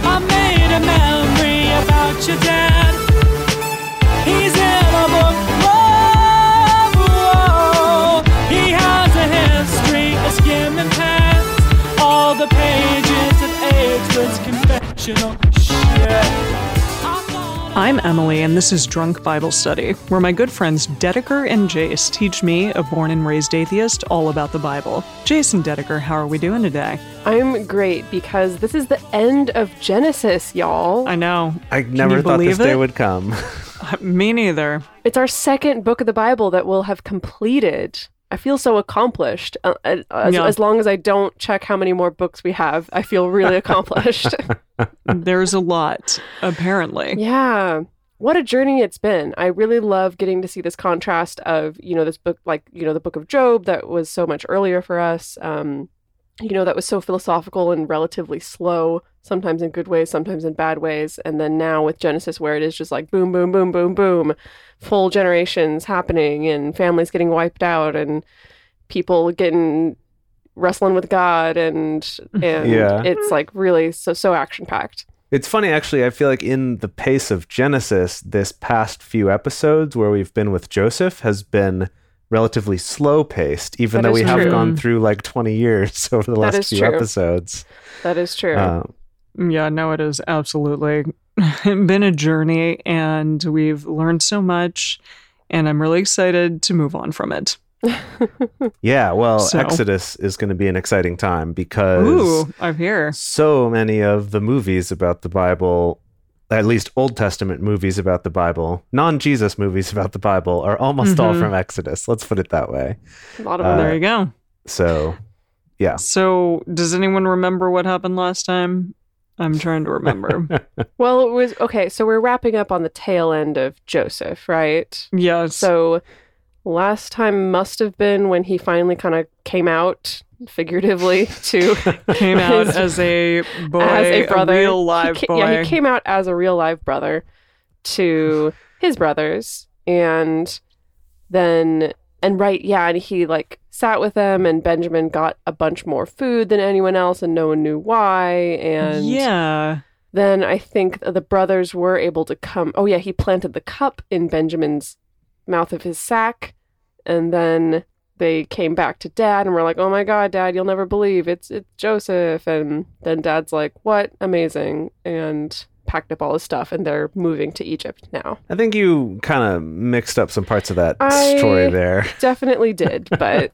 I made a memory about your dad. He's in a book club. Whoa. He has a history of skimming past all the pages of Edward's confessional shit. I'm Emily, and this is Drunk Bible Study, where my good friends Dedeker and Jace teach me, a born and raised atheist, all about the Bible. Jace and Dedeker, how are we doing today? I'm great because this is the end of Genesis, y'all. I know. I Can never you thought believe this day it? would come. Me neither. It's our second book of the Bible that we'll have completed. I feel so accomplished. Uh, uh, As, Yeah. as long as I don't check how many more books we have, I feel really accomplished. There's a lot, apparently. yeah. What a journey it's been. I really love getting to see this contrast of, you know, this book, like, you know, the book of Job that was so much earlier for us. Um, you know, that was so philosophical and relatively slow, sometimes in good ways, sometimes in bad ways. And then now with Genesis, where it is just like boom, boom, boom, boom, boom, full generations happening and families getting wiped out and people getting wrestling with God. And, and Yeah. it's like really so, so action packed. it's funny, actually. I feel like in the pace of Genesis, this past few episodes where we've been with Joseph has been relatively slow paced, even That though is we have true. gone through like 20 years over the That last is few true. episodes. That is true. Uh, Yeah, no, it has absolutely been a journey, and we've learned so much, and I'm really excited to move on from it. yeah, well, So- Exodus is going to be an exciting time because Ooh, I'm here. so many of the movies about the Bible, at least Old Testament movies about the Bible, non Jesus movies about the Bible, are almost all Mm-hmm. Mhm. from Exodus. Let's put it that way. A lot of Uh, them. There you go. So, yeah. So, does anyone remember what happened last time? I'm trying to remember. Well, it was okay. So we're wrapping up on the tail end of Joseph, right? Yes. So last time must have been when he finally kind of came out figuratively to came out As- as a boy, as a brother, real live He ca- boy. Yeah, he came out as a real live brother to his brothers, and then and right, yeah, and he like sat with them, and Benjamin got a bunch more food than anyone else, and no one knew why, and yeah, then I think the brothers were able to come. Oh, yeah, he planted the cup in Benjamin's mouth of his sack. And then they came back to dad and were like, oh my God, dad, you'll never believe it's, it's Joseph. And then dad's like, what? Amazing. And packed up all his stuff and they're moving to Egypt now. I think you kind of mixed up some parts of that I- story there. Definitely did, but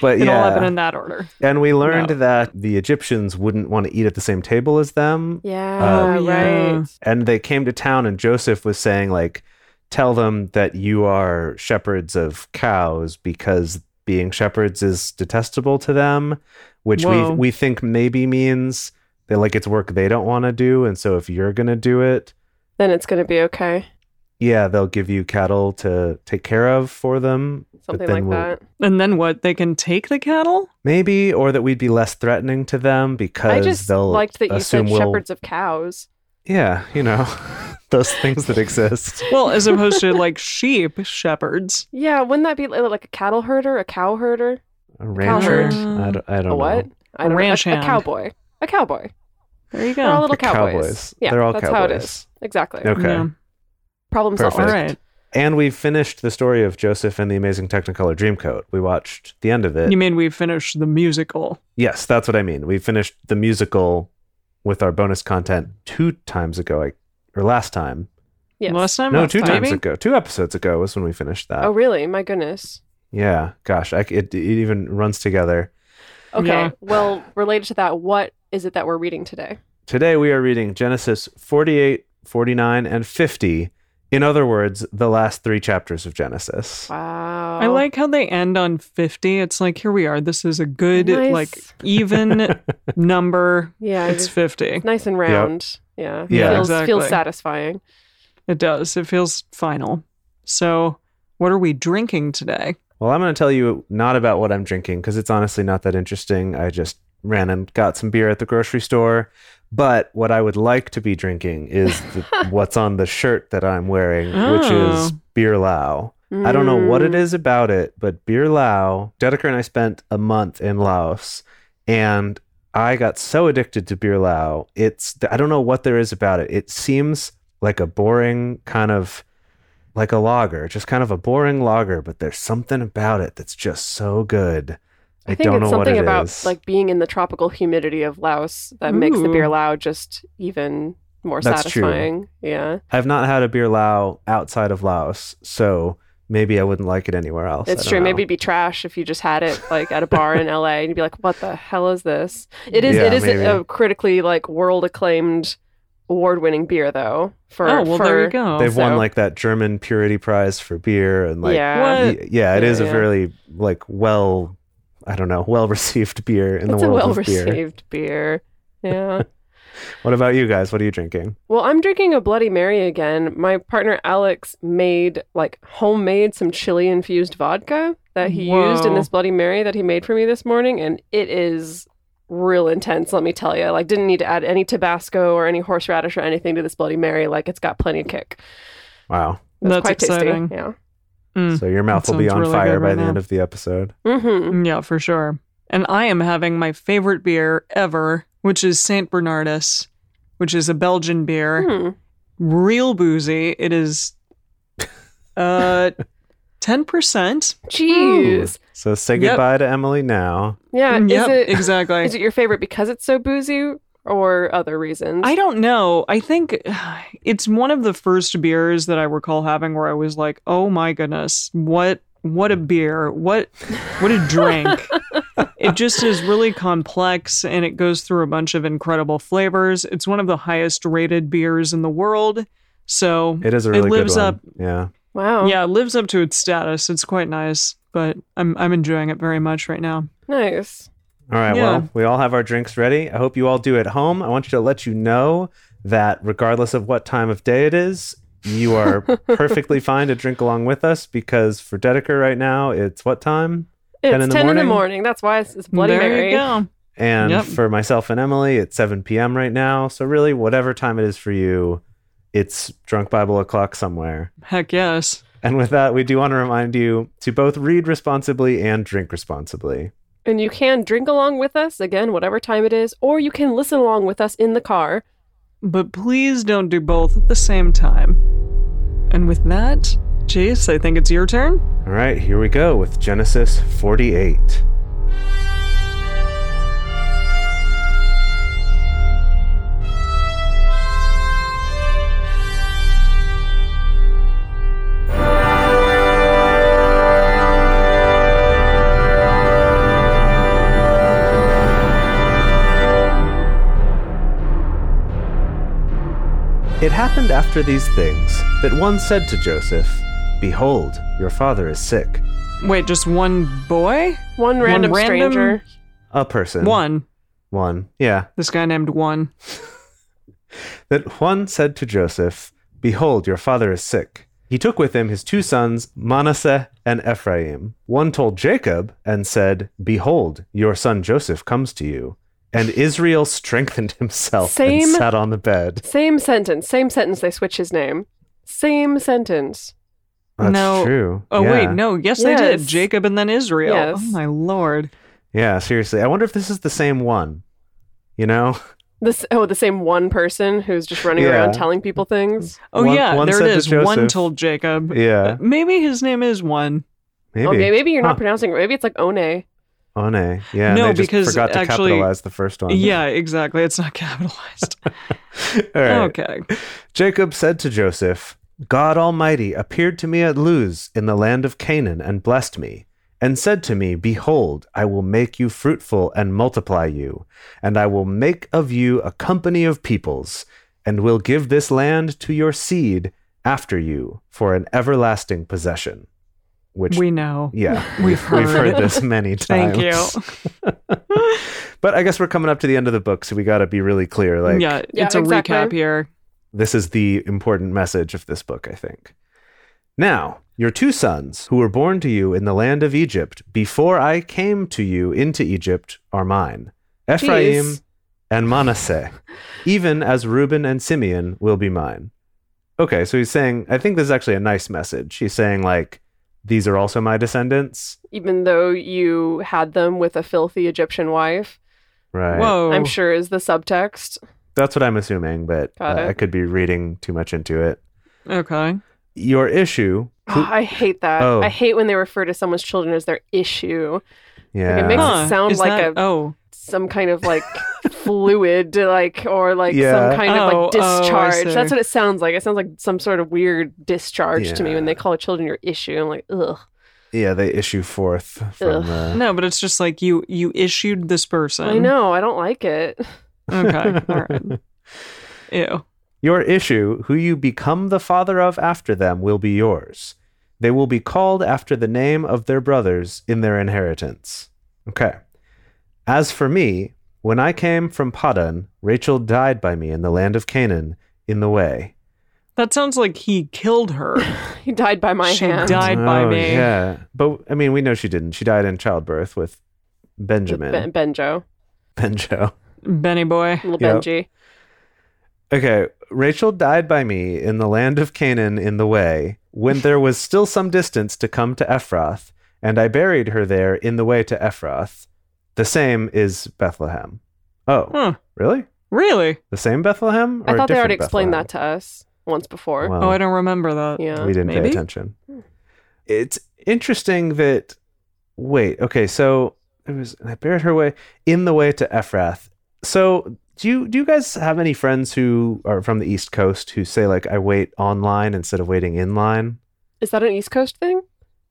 But it all happened yeah. in that order. And we learned No. that the Egyptians wouldn't want to eat at the same table as them. yeah, Oh, yeah. right. And they came to town, and Joseph was saying, like, tell them that you are shepherds of cows because being shepherds is detestable to them, which we, Whoa. we think maybe means that, like, it's work they don't want to do. And so if you're going to do it, Then it's going to be okay. yeah, they'll give you cattle to take care of for them. but Something then like we'll- that. And then what? They can take the cattle? Maybe, or that we'd be less threatening to them because I just they'll liked that you assume said we'll, shepherds of cows. Yeah, you know, those things that exist. Well, as opposed to like sheep, shepherds. Yeah, wouldn't that be li- like a cattle herder, a cow herder? A rancher. herd. I don't, I don't a what? know. I don't know. ranch a, a hand. cowboy. A cowboy. There you They're all go. little They're cowboys. cowboys. Yeah, They're all that's how it cowboys. is. Exactly. Okay. Yeah. Problem solved. All Perfect. right. And we finished the story of Joseph and the Amazing Technicolor Dreamcoat. We watched the end of it. You mean we finished the musical? yes, that's what I mean. We finished the musical with our bonus content two times ago, I, or last time. Yes. Last time? no, two times Maybe? ago. Two episodes ago was when we finished that. Oh really? My goodness. Yeah, gosh, I c it, it even runs together. Okay. Yeah. Well, related to that, what is it that we're reading today? Today we are reading Genesis 48, 49, and 50 In other words, the last three chapters of Genesis. Wow. I like how they end on 50. It's like, here we are. This is a good, Nice. like, even number. Yeah, It's it is 50. nice and round. Yeah. Yeah. Feels, feels Exactly. satisfying. It does. It feels final. So, what are we drinking today? Well, I'm going to tell you not about what I'm drinking because it's honestly not that interesting. I just ran and got some beer at the grocery store. But what I would like to be drinking is the, what's on the shirt that I'm wearing, which Oh. is Beer Lao. I don't know Mm. what it is about it, but Beer Lao, Dedeker and I spent a month in Laos and I got so addicted to Beer Lao. It's, I don't know what there is about it. It seems like a boring kind of, like a lager, just kind of a boring lager, but there's something about it that's just so good. I, Mm. I think don't it's know what something it about is. like being in the tropical humidity of Laos that makes the Ooh. beer Lao just even more That's true. satisfying. Yeah. I've not had a beer Lao outside of Laos, so maybe I wouldn't like it anywhere else. I It's don't true. know. Maybe it'd be trash if you just had it like at a bar in LA and you'd be like, "What the hell is this?" It is. Yeah, it is maybe. a critically like world acclaimed, award winning beer though. For oh, well, there you for- go. they've won so- like that German purity prize for beer and like yeah, What? Y- yeah, it Yeah, is yeah. a really like well, I don't know, well received beer in it's the a world well of beer. received beer. Yeah. What about you guys? What are you drinking? Well, I'm drinking a Bloody Mary again. My partner Alex made like homemade some chili infused vodka that he used in Whoa. this Bloody Mary that he made for me this morning, and it is real intense. Let me tell you, like didn't need to add any Tabasco or any horseradish or anything to this Bloody Mary. Like it's got plenty of kick. Wow. It's That's quite exciting. tasty. Yeah. Mm. So your mouth will be sounds on really fire good by right the end now. of the episode. Mm-hmm. Yeah, for sure. And I am having my favorite beer ever, which is St. Bernardus, which is a Belgian beer. Hmm. Mm. Real boozy. It is uh 10%. Jeez. So say Yep. goodbye to Emily now. Yeah. Mm. Yep, is it is exactly. it your favorite because it's so boozy or other reasons? I don't know. I think it's one of the first beers that I recall having where I was like, "Oh my goodness, what what a beer. What what a drink." it just is really complex and it goes through a bunch of incredible flavors. It's one of the highest rated beers in the world. So, It is a really lives good one. up- Yeah. wow. yeah, it lives up to its status. It's quite nice, but I'm I'm enjoying it very much right now. Nice. All right. Yeah. Well, we all have our drinks ready. I hope you all do at home. I want you to let you know that regardless of what time of day it is, you are perfectly fine to drink along with us because for Dedeker right now, it's what time? It's 10 in the morning? That's why it's, it's Bloody there Mary. you go. And Yep. for myself and Emily, it's 7 p.m. right now. So, really, whatever time it is for you, it's drunk Bible o'clock somewhere. Heck yes. And with that, we do want to remind you to both read responsibly and drink responsibly. And you can drink along with us, again, whatever time it is, or you can listen along with us in the car. but please don't do both at the same time. And with that, Jace, I think it's your turn. All right, here we go with Genesis 48. It happened after these things that one said to Joseph, Behold, your father is sick. Wait, just one boy? One random, One random- stranger. A person. One. One. Yeah. This guy named One. That one said to Joseph, Behold, your father is sick. He took with him his two sons, Manasseh and Ephraim. One told Jacob and said, Behold, your son Joseph comes to you. And Israel strengthened himself and Same- sat on the bed. Same sentence, same sentence, they switch his name. Same sentence. That's No. true. Oh, yeah. wait, no. Yes, they Yes. did. Jacob and then Israel. Yes. Oh, my lord. Yeah, seriously. I wonder if this is the same one. You know? This oh, the same one person who's just running Yeah. around telling people things. Oh, One- yeah, one there said it to is. One Joseph- told Jacob. Uh, Yeah. Maybe his name is One. Maybe. Okay, maybe you're Huh. not pronouncing it. Maybe it's like One. On a yeah, and No, they just because forgot to actually- capitalize the first one. Yeah, exactly. It's not capitalized. All right. Okay. Jacob said to Joseph, God Almighty appeared to me at Luz in the land of Canaan and blessed me, and said to me, Behold, I will make you fruitful and multiply you, and I will make of you a company of peoples, and will give this land to your seed, after you for an everlasting possession. Which we know. yeah, We've we've heard. heard this many times. Thank you. you. but I guess we're coming up to the end of the book, so we got to be really clear. Like, yeah, Yeah, it's a exactly. recap here. this is the important message of this book, I think. Now, your two sons, who were born to you in the land of Egypt before I came to you into Egypt, are mine Ephraim Jeez. and Manasseh, even as Reuben and Simeon will be mine. Okay, so he's saying, I think this is actually a nice message. He's saying, like, these are also my descendants. even though you had them with a filthy Egyptian wife, Right. Whoa. I'm sure is the subtext. That's what I'm assuming, but Got uh, it. I could be reading too much into it. Okay. Your issue. who- Oh, I hate that. Oh. I hate when they refer to someone's children as their issue. yeah. makes Does it Huh, sound is like that- a- oh Some kind of like fluid, like or like Yeah. some kind Oh, of like oh, I discharge. see. That's what it sounds like. It sounds like some sort of weird discharge to me when Yeah. they call children your issue. I'm like, ugh. Yeah, they issue forth from Ugh. uh, no, but it's just like you you issued this person. I know. I don't like it. Okay. All right. Ew. your issue. Who you become the father of after them will be yours. They will be called after the name of their brothers in their inheritance. Okay. As for me, when I came from Padan, Rachel died by me in the land of Canaan in the way. That sounds like he killed her. He died by my She hand. died by Oh, me. Yeah, but I mean, we know she didn't. She died in childbirth with With Benjamin. Ben- Benjo, Benjo. Benny boy. little Yep. Benji. Okay, Rachel died by me in the land of Canaan in the way, when there was still some distance to come to Ephrath, and I buried her there in the way to Ephrath. The same is Bethlehem. Oh, Huh. really? Really? The same Bethlehem? I thought they already explained that to us once before. Oh, I don't remember that. yeah. we didn't pay Maybe. attention. It's interesting that. Wait, okay, so it was. I buried her way in the way to Ephrath. So do you do you guys have any friends who are from the East Coast who say like I wait online instead of waiting in line? Is that an East Coast thing?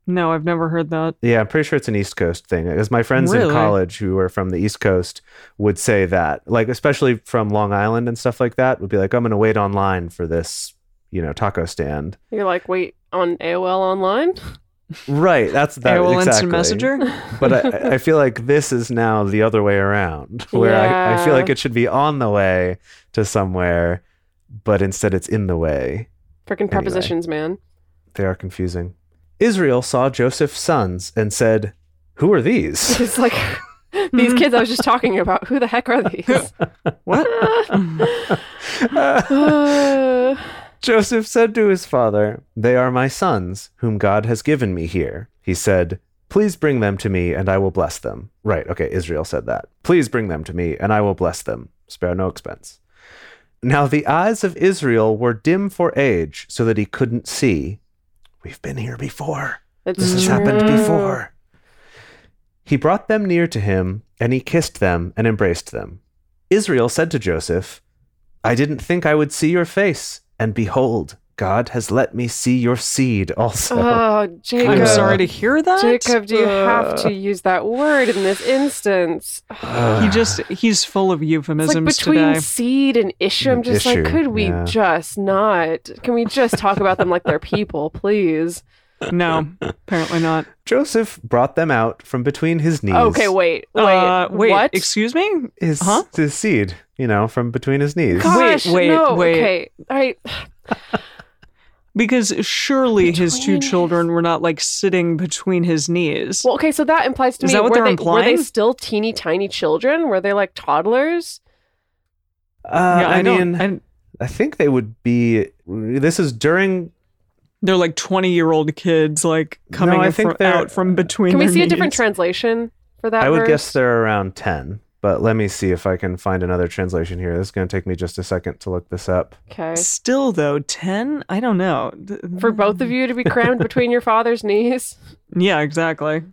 No, I've never heard that. Yeah, I'm pretty sure it's an East Coast thing. Because my friends in Really? college who are from the East Coast would say that, like especially from Long Island and stuff like that, would be like I'm going to wait online for this, you know, taco stand. You're like, wait, on AOL online? Right. That's that AOL exactly. Instant Messenger? but I, I feel like this is now the other way around, where I, I feel Yeah. like it should be on the way to somewhere, but instead it's in the way. Freaking prepositions, man. They are confusing. Israel saw Joseph's sons and said, Who are these? It's like Hmm. these kids I was just talking about. Who the heck are these? what? Uh, Joseph said to his father, They are my sons, whom God has given me here. He said, Please bring them to me, and I will bless them. Right, okay, Israel said that. Please bring them to me, and I will bless them. Spare no expense. Now the eyes of Israel were dim for age, so that he couldn't see. We've been here before. it's This has happened true. before. He brought them near to him, and he kissed them and embraced them. Israel said to Joseph, I didn't think I would see your face, and behold, God has let me see your seed also. Oh, Jacob. Uh-huh. I'm Yeah. sorry to hear that. Jacob, do you have to use that word in this instance? Oh, He just he's full of It's like euphemisms between today. seed and issue. I'm just Issue, like, could we yeah. just not? Can we just talk about them like they're people, please? No, apparently not. Joseph brought them out from between his knees. Okay, wait, wait, uh, wait what? excuse me? His, huh? his seed, you know, from between his knees. Gosh, wait, no, wait. okay, all right. Because surely his two Between his- children were not like sitting between his knees. Well, okay, so that implies to Is me that what were they're they were they implying? still teeny tiny children? Were they like toddlers? Uh, yeah, I, I, mean, don't. I, I think they would be. This is during they're like twenty-year-old kids, like coming I in think fro- they're- out from between. Can we their see a different knees. translation for that? I would verse? guess they're around 10, but let me see if I can find another translation here. This is going to take me just a second to look this up. Okay. Still though, ten? I don't know. Th- For both of you to be crammed between your father's knees. Yeah, exactly.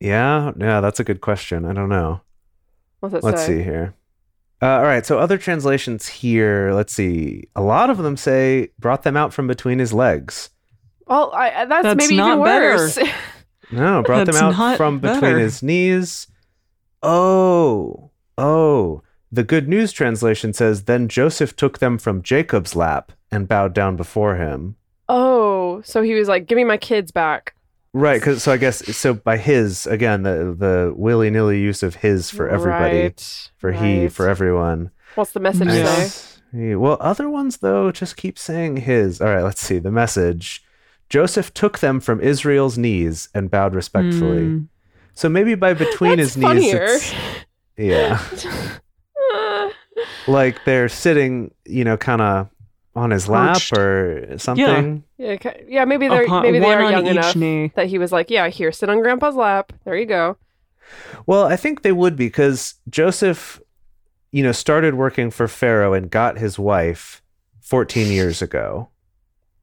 Yeah, yeah, that's a good question. I don't know. What's it Let's say? see here. Uh, all right, so other translations here. Let's see. A lot of them say brought them out from between his legs. Well, I, I- that's, That's maybe even not better. worse. No, brought them That's out not from between better. his knees. Oh, oh. The Good News translation says, Then Joseph took them from Jacob's lap and bowed down before him. Oh, so he was like, "Give me my kids back." Right, because so I guess so by his again the the willy nilly use of his for everybody, Right, for he, right. for everyone. What's the message Nice. say? Yeah, Well, other ones though just keep saying his. All right, let's see the message. Joseph took them from Israel's knees and bowed respectfully. Hmm. Mm. So maybe by between That's his knees, it's, yeah, Uh, like they're sitting, you know, kind of on his lap Perched. or something. yeah, ki- yeah, maybe they're Upon- maybe they one are on young each enough knee. that he was like, "Yeah, here, sit on Grandpa's lap. There you go." Well, I think they would be because Joseph, you know, started working for Pharaoh and got his wife 14 years ago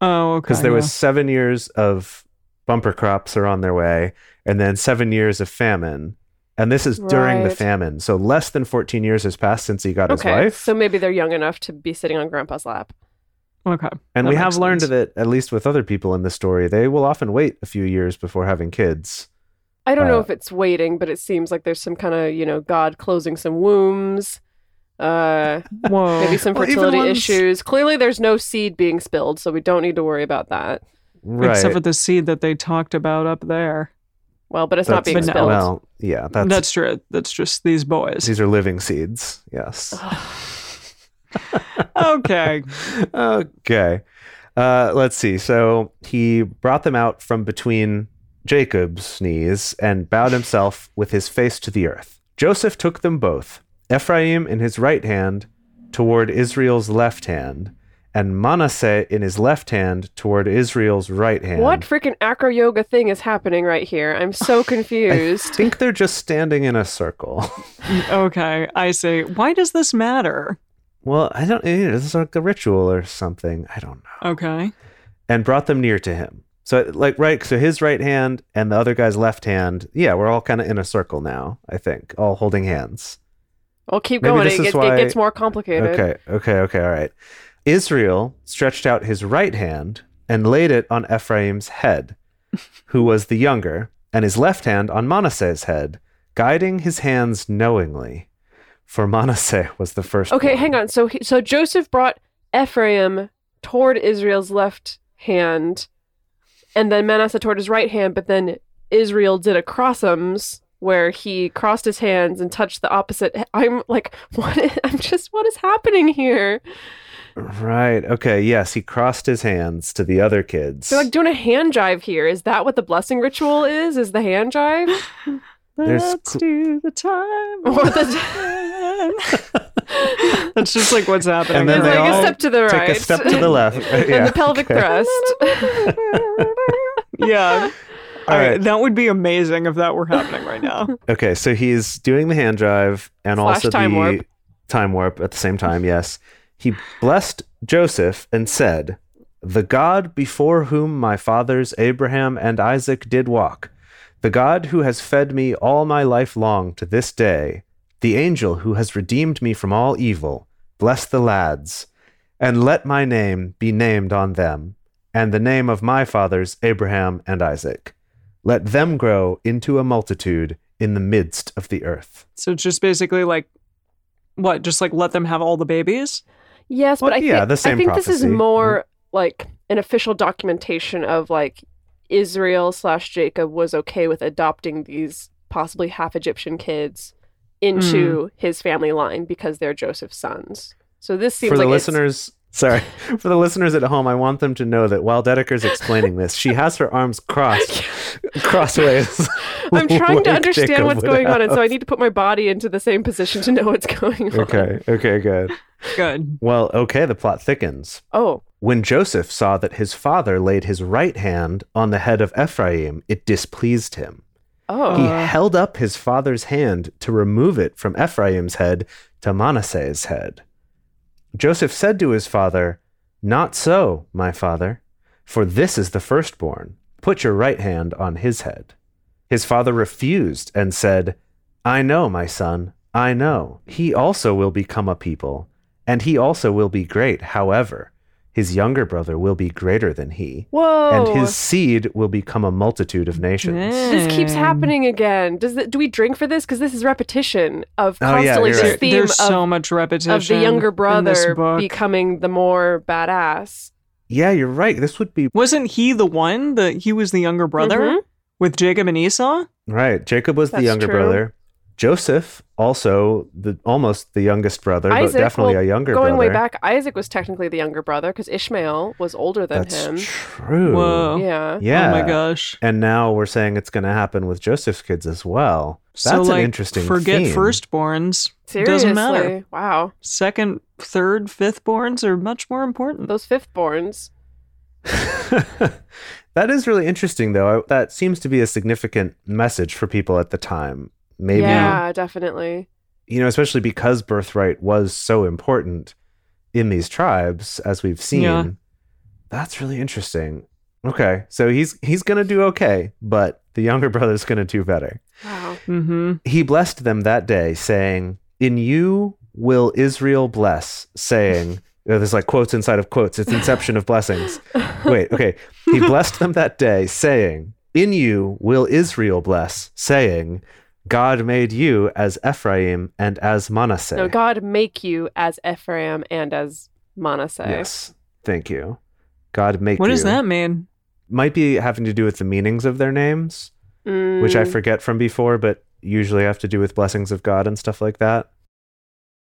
Oh, okay. because there yeah. was seven years of bumper crops are on their way and then seven years of famine. And this is during the Right. famine. So less than 14 years has passed since he got his Okay, wife. so maybe they're young enough to be sitting on Grandpa's lap. okay. and that we makes have learned sense. that, at least with other people in this story, they will often wait a few years before having kids. I don't know Uh, if it's waiting, but it seems like there's some kind of you know God closing some wombs, uh, Whoa. maybe some Oh, Well, even fertility ones- issues. Clearly, there's no seed being spilled, so we don't need to worry about that. Right. Except for the seed that they talked about up there. Well, but it's not being That's- But no. spilled. Well, yeah, that's, That's, true. That's just these boys. these are living seeds. Yes. okay. okay. Uh, let's see. So he brought them out from between Jacob's knees and bowed himself with his face to the earth. Joseph took them both, Ephraim in his right hand toward Israel's left hand, and Manasseh in his left hand toward Israel's right hand. What freaking acro yoga thing is happening right here? I'm so I confused. think they're just standing in a circle. Okay. I see. Why does this matter? well, I don't. It's like a ritual or something. I don't know. Okay. and brought them near to him. So like right, so his right hand and the other guy's left hand. Yeah, we're all kind of in a circle now. I think all holding hands. I'll keep Maybe going. this It, is gets why- it gets more complicated. Okay, okay, okay. All right. Israel stretched out his right hand and laid it on Ephraim's head, who was the younger, and his left hand on Manasseh's head, guiding his hands knowingly. For Manasseh was the first. Okay, hang on. So he, so Joseph brought Ephraim toward Israel's left hand, and then Manasseh toward his right hand. But then Israel did a crossums where he crossed his hands and touched the opposite. I'm like, what? Is, I'm just, what is happening here? Right. Okay. Yes, he crossed his hands to the other kids. They're like doing a hand jive here. Is that what the blessing ritual is? Is the hand jive? There's Let's cl- do the time. Or That's just like what's happening. And then It's they like all a step to the Take right, a step to the left. and yeah. the pelvic okay. thrust. yeah. All I- right. That would be amazing if that were happening right now. Okay, so he's doing the hand drive and Slash also time the warp. time warp at the same time. Yes, he blessed Joseph and said, "The God before whom my fathers Abraham and Isaac did walk, the God who has fed me all my life long to this day, the angel who has redeemed me from all evil, bless the lads, and let my name be named on them, and the name of my fathers Abraham and Isaac." Let them grow into a multitude in the midst of the earth. So it's just basically like, what? Just like let them have all the babies? Yes, Well, but I yeah, think, the same I think this is prophecy. more like an official documentation of like Israel slash Jacob was okay with adopting these possibly half Egyptian kids Hmm. into his family line because they're Joseph's sons. So this seems for the like it's- listeners, sorry, for the listeners at home, I want them to know that while Dedeker's explaining this, she has her arms crossed, crossways. I'm trying like to understand Jacob what's would going on, and so I have. need to put my body into the same position to know what's going on. Okay, okay, good. Good. Well, okay, the plot thickens. Oh, When Joseph saw that his father laid his right hand on the head of Ephraim, it displeased him. oh, He Uh. held up his father's hand to remove it from Ephraim's head to Manasseh's head. Joseph said to his father, Not so, my father, for this is the firstborn. Put your right hand on his head. His father refused and said, I know, my son, I know. He also will become a people, and he also will be great. However, his younger brother will be greater than he, whoa! and his seed will become a multitude of nations. This keeps Dang. happening again. Does it, do we drink for this? Because this is repetition of Oh, yeah, constantly you're this right. There- theme There's of so much repetition of the younger in this brother book. becoming the more badass. yeah, you're right. This would be Wasn't he the one that he was the younger brother Mhm. with Jacob and Esau? right. Jacob was the That's younger true. brother. Joseph also the almost the youngest brother, Isaac, but definitely well, a younger Going way brother. back, Isaac was technically the younger brother because Ishmael was older than That's him. true. Whoa. Yeah. Yeah. Oh my gosh. And now we're saying it's going to happen with Joseph's kids as well. That's so like an interesting forget theme. firstborns. Seriously. Doesn't matter. Wow. Second, third, fifthborns are much more important. Those fifthborns. that is really interesting, though. I, that seems to be a significant message for people at the time. Maybe, Yeah, definitely. you know, especially because birthright was so important in these tribes, as we've seen. Yeah. That's really interesting. Okay, so he's he's gonna do okay, but the younger brother's gonna do better. Wow. Mm-hmm. he blessed them that day, saying, In you will Israel bless, saying, you know, there's like quotes inside of quotes. It's inception of blessings. Wait, okay. He blessed them that day, saying, In you will Israel bless, saying, God made you as Ephraim and as Manasseh. No, God make you as Ephraim and as Manasseh. Yes. Thank you. God make What you. does that mean? Might be having to do with the meanings of their names, which I Mm, forget from before, but usually have to do with blessings of God and stuff like that.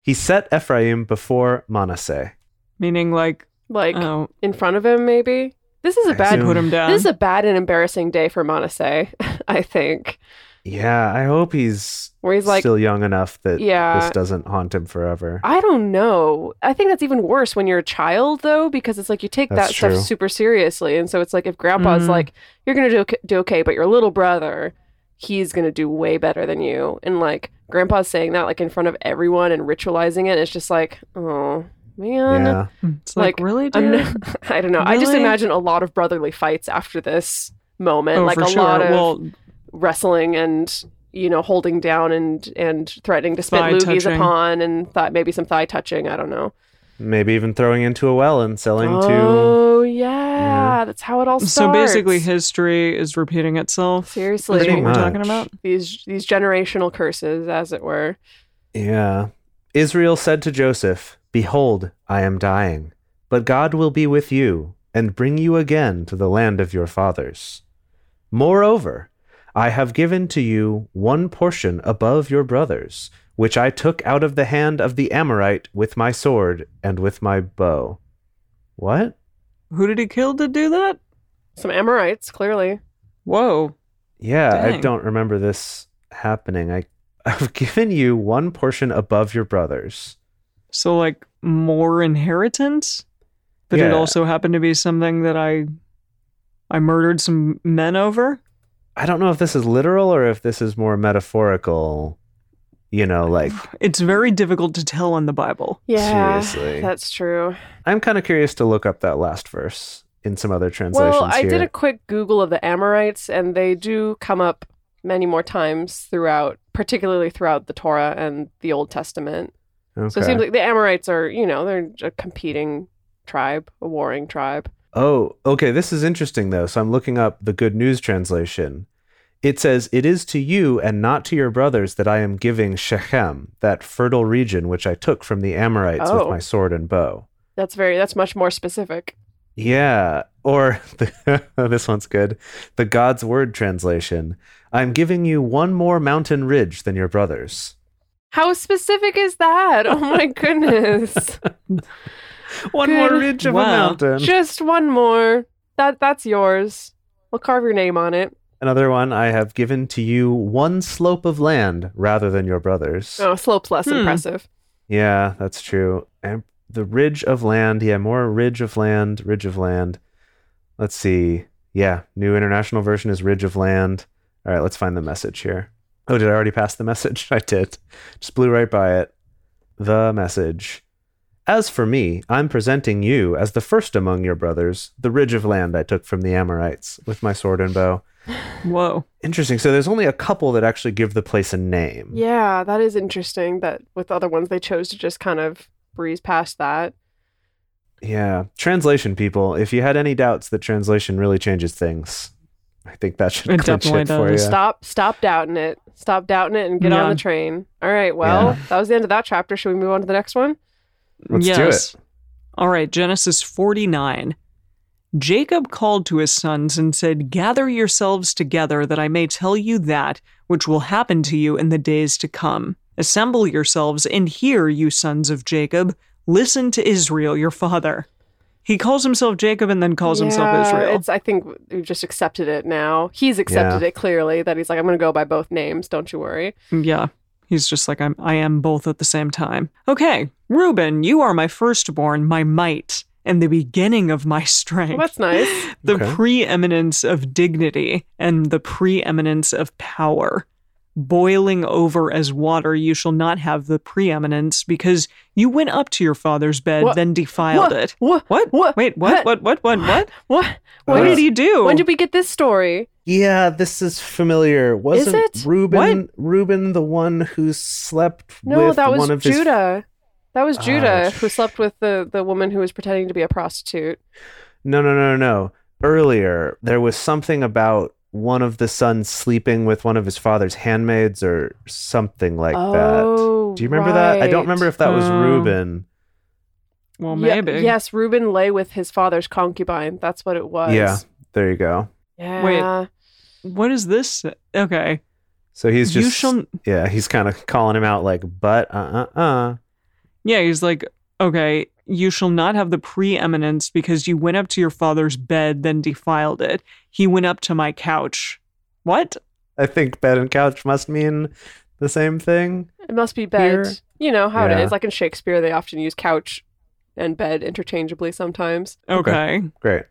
He set Ephraim before Manasseh. Meaning like, like oh, in front of him, maybe. This is a I bad. assume- put him down. This is a bad and embarrassing day for Manasseh. I think Yeah, I hope he's, where he's like, still young enough that Yeah. this doesn't haunt him forever. I don't know. I think that's even worse when you're a child, though, because it's like you take That's that true. stuff super seriously, and so it's like if Grandpa's Mhm. like, "You're gonna do okay, do okay," but your little brother, he's gonna do way better than you, and like Grandpa's saying that like in front of everyone and ritualizing it, it's just like, oh man. yeah. it's like, like, really, dude? I'm n- I don't know. I just Really? imagine a lot of brotherly fights after this moment, oh, like for a sure. lot of well, wrestling and you know holding down and and threatening to spit Thigh loogies touching. upon and thought maybe some thigh touching. I don't know. Maybe even throwing into a well and selling to oh yeah, that's how it all starts. so basically, history is repeating itself. Seriously. Is what Pretty we're talking much. about. these these generational curses, as it were. Yeah. Israel said to Joseph, Behold, I am dying, but God will be with you and bring you again to the land of your fathers. Moreover, I have given to you one portion above your brothers, which I took out of the hand of the Amorite with my sword and with my bow. What? Who did he kill to do that? Some Amorites, clearly. Whoa. Yeah, I Dang. don't remember this happening. I, I've given you one portion above your brothers. So like more inheritance, but it Yeah. also happened to be something that I, I murdered some men over. I don't know if this is literal or if this is more metaphorical. You know, like It's very difficult to tell in the Bible. Yeah, Seriously. that's true. I'm kind of curious to look up that last verse in some other translations Well, I here. did a quick Google of the Amorites, and they do come up many more times throughout, particularly throughout the Torah and the Old Testament. okay. So it seems like the Amorites are, you know, they're a competing tribe, a warring tribe. oh, okay. This is interesting though. So I'm looking up the Good News translation. It says, "It is to you and not to your brothers that I am giving Shechem, that fertile region which I took from the Amorites with Oh. my sword and bow." That's very, that's much more specific. Yeah. Or the, this one's good. The God's Word translation. I'm giving you one more mountain ridge than your brothers. How specific is that? Oh my goodness. One Good. more ridge of a Wow. mountain. Just one more. That that's yours. We'll carve your name on it. Another one. I have given to you one slope of land rather than your brothers. Oh, slope's less Hmm. impressive. Yeah, that's true. And the ridge of land. Yeah, more ridge of land, ridge of land. Let's see. Yeah, new international version is ridge of land. All right, let's find the message here. Oh, did I already pass the message? I did. Just blew right by it. The message. As for me, I'm presenting you as the first among your brothers, the ridge of land I took from the Amorites with my sword and bow. Whoa. Interesting. So there's only a couple that actually give the place a name. Yeah, that is interesting that with other ones they chose to just kind of breeze past that. Yeah. Translation, people. If you had any doubts that translation really changes things, I think that should It clinch definitely it for you. does. Stop stop doubting it. Stop doubting it and get Yeah. on the train. All right, well, Yeah. that was the end of that chapter. Should we move on to the next one? Let's do yes. All right, Genesis 49. Jacob called to his sons and said, Gather yourselves together that I may tell you that which will happen to you in the days to come. Assemble yourselves and hear, you sons of Jacob. Listen to Israel, your father. He calls himself Jacob and then calls himself Yeah, Israel. It's I think we've just accepted it now. He's accepted Yeah. it clearly that he's like, I'm gonna go by both names, don't you worry. Yeah. He's just like I'm I am both at the same time. Okay, Reuben, you are my firstborn, my might, and the beginning of my strength. Well, that's nice. the Okay. preeminence of dignity and the preeminence of power. Boiling over as water, you shall not have the preeminence because you went up to your father's bed, What? then defiled it. What? What? What? Wait, what? What? What? What? What? What? What Uh, did he do? When did we get this story? Yeah, this is familiar. Wasn't it? Reuben Reuben the one who slept No, with that was one of his Judah. That was Ah, Judah sh- who slept with the, the woman who was pretending to be a prostitute. No, no, no, no. Earlier, there was something about one of the sons sleeping with one of his father's handmaids or something like that. oh, Do you remember that? I don't remember if that was Oh. Reuben. well, Ye- maybe. yes, Reuben lay with his father's concubine. That's what it was. Yeah, there you go. Yeah. Wait. What is this? Okay. So he's just you shall. yeah, he's kind of calling him out like, but uh uh uh. Yeah, he's like, okay, you shall not have the preeminence because you went up to your father's bed, then defiled it. He went up to my couch. What? I think bed and couch must mean the same thing. It must be bed. Here. You know how Yeah. it is. Like in Shakespeare, they often use couch and bed interchangeably sometimes. Okay. Okay. Great.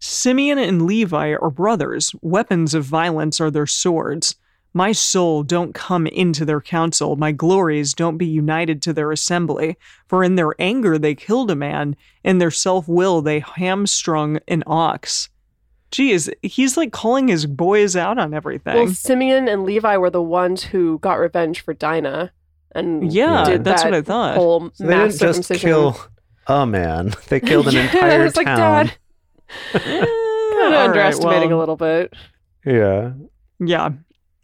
Simeon and Levi are brothers. Weapons of violence are their swords. My soul don't come into their council. My glories don't be united to their assembly. For in their anger they killed a man. In their self will they hamstrung an ox. Geez, he's like calling his boys out on everything. Well, Simeon and Levi were the ones who got revenge for Dinah. And yeah, did that's that what I thought. Whole So they mass didn't just circumcision. kill a man. They killed an Yeah, entire I was like, town. Dad, kind kind of underestimating a little bit. Yeah. Yeah.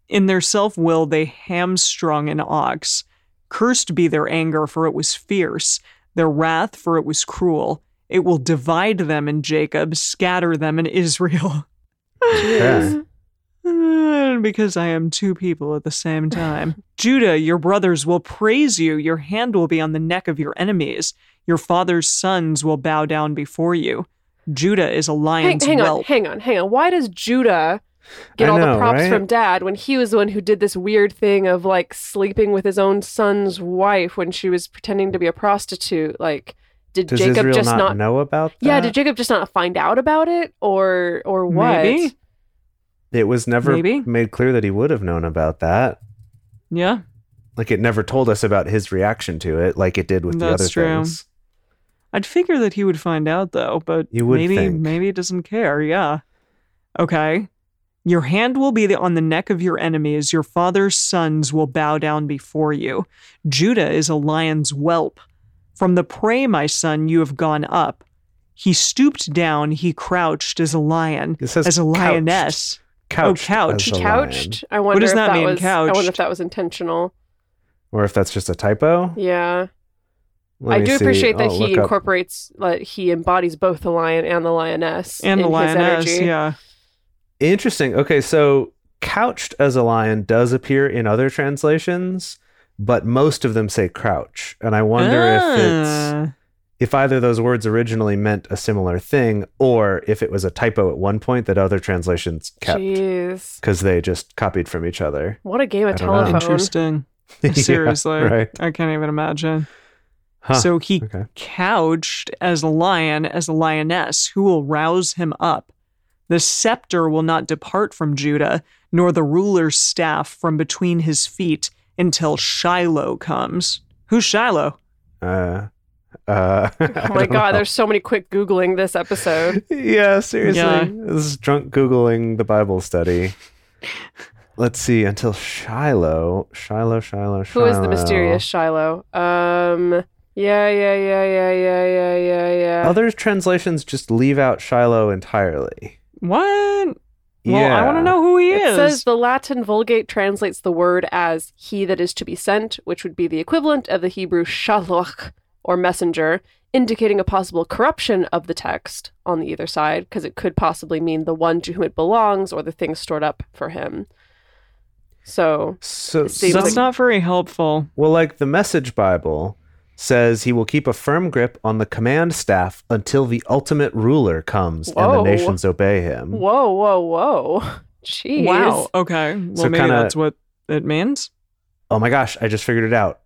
In their self will, they hamstrung an ox. Cursed be their anger, for it was fierce, their wrath, for it was cruel. It will divide them in Jacob, scatter them in Israel. Yeah. because I am two people at the same time. Judah, your brothers will praise you. Your hand will be on the neck of your enemies. Your father's sons will bow down before you. Judah is a Hang, lion's hang on, whelp. hang on, hang on. Why does Judah get I all the know, props right? from Dad when he was the one who did this weird thing of like sleeping with his own son's wife when she was pretending to be a prostitute? Like, did Does Jacob Israel just not, not? know about that? yeah, did Jacob just not find out about it, or or what? Maybe. It was never Maybe. made clear that he would have known about that. Yeah. Like it never told us about his reaction to it, like it did with the That's other true. things. I'd figure that he would find out though, but You would maybe think. maybe he doesn't care. Yeah. Okay. Your hand will be the- on the neck of your enemies. Your father's sons will bow down before you. Judah is a lion's whelp. From the prey, my son, you have gone up. He stooped down. He crouched as a lion, It says as a couched. lioness. Couched. couched. as a Oh, Couched. lion. I wonder What does if that mean, was. I couched? wonder if that was intentional. Or if that's just a typo. Yeah, Let I me do see. appreciate that he I'll look up- incorporates, like, he embodies both the lion and the lioness And in the lioness. His energy. Yeah. Interesting. Okay, so couched as a lion does appear in other translations, but most of them say crouch. And I wonder if it's Ah. if either of those words originally meant a similar thing or if it was a typo at one point that other translations kept Jeez. because they just copied from each other. What a game of I don't know. telephone. interesting. um, Yeah, Seriously. right. I can't even imagine. Huh. So he okay. couched as a lion, as a lioness, who will rouse him up. The scepter will not depart from Judah, nor the ruler's staff from between his feet until Shiloh comes. Who's Shiloh? Uh, uh, I Oh my don't god, know. there's so many quick Googling this episode. yeah, seriously. Yeah. This is drunk Googling the Bible study. Let's see, until Shiloh. Shiloh, Shiloh, Shiloh. Who is the Oh. mysterious Shiloh? Um yeah, yeah, yeah, yeah, yeah, yeah, yeah, yeah. Other translations just leave out Shiloh entirely. What? Well, I want to know who he it is. says the Latin Vulgate translates the word as he that is to be sent, which would be the equivalent of the Hebrew shalach or messenger indicating a possible corruption of the text on the either side, because it could possibly mean the one to whom it belongs or the thing stored up for him. So, So, It seems so- That's like- not very helpful. well, like the Message Bible says, he will keep a firm grip on the command staff until the ultimate ruler comes and Whoa. the nations obey him. whoa, whoa, whoa. Jeez. Wow. Okay. Well, So maybe kinda- that's what it means. Oh my gosh, I just figured it out.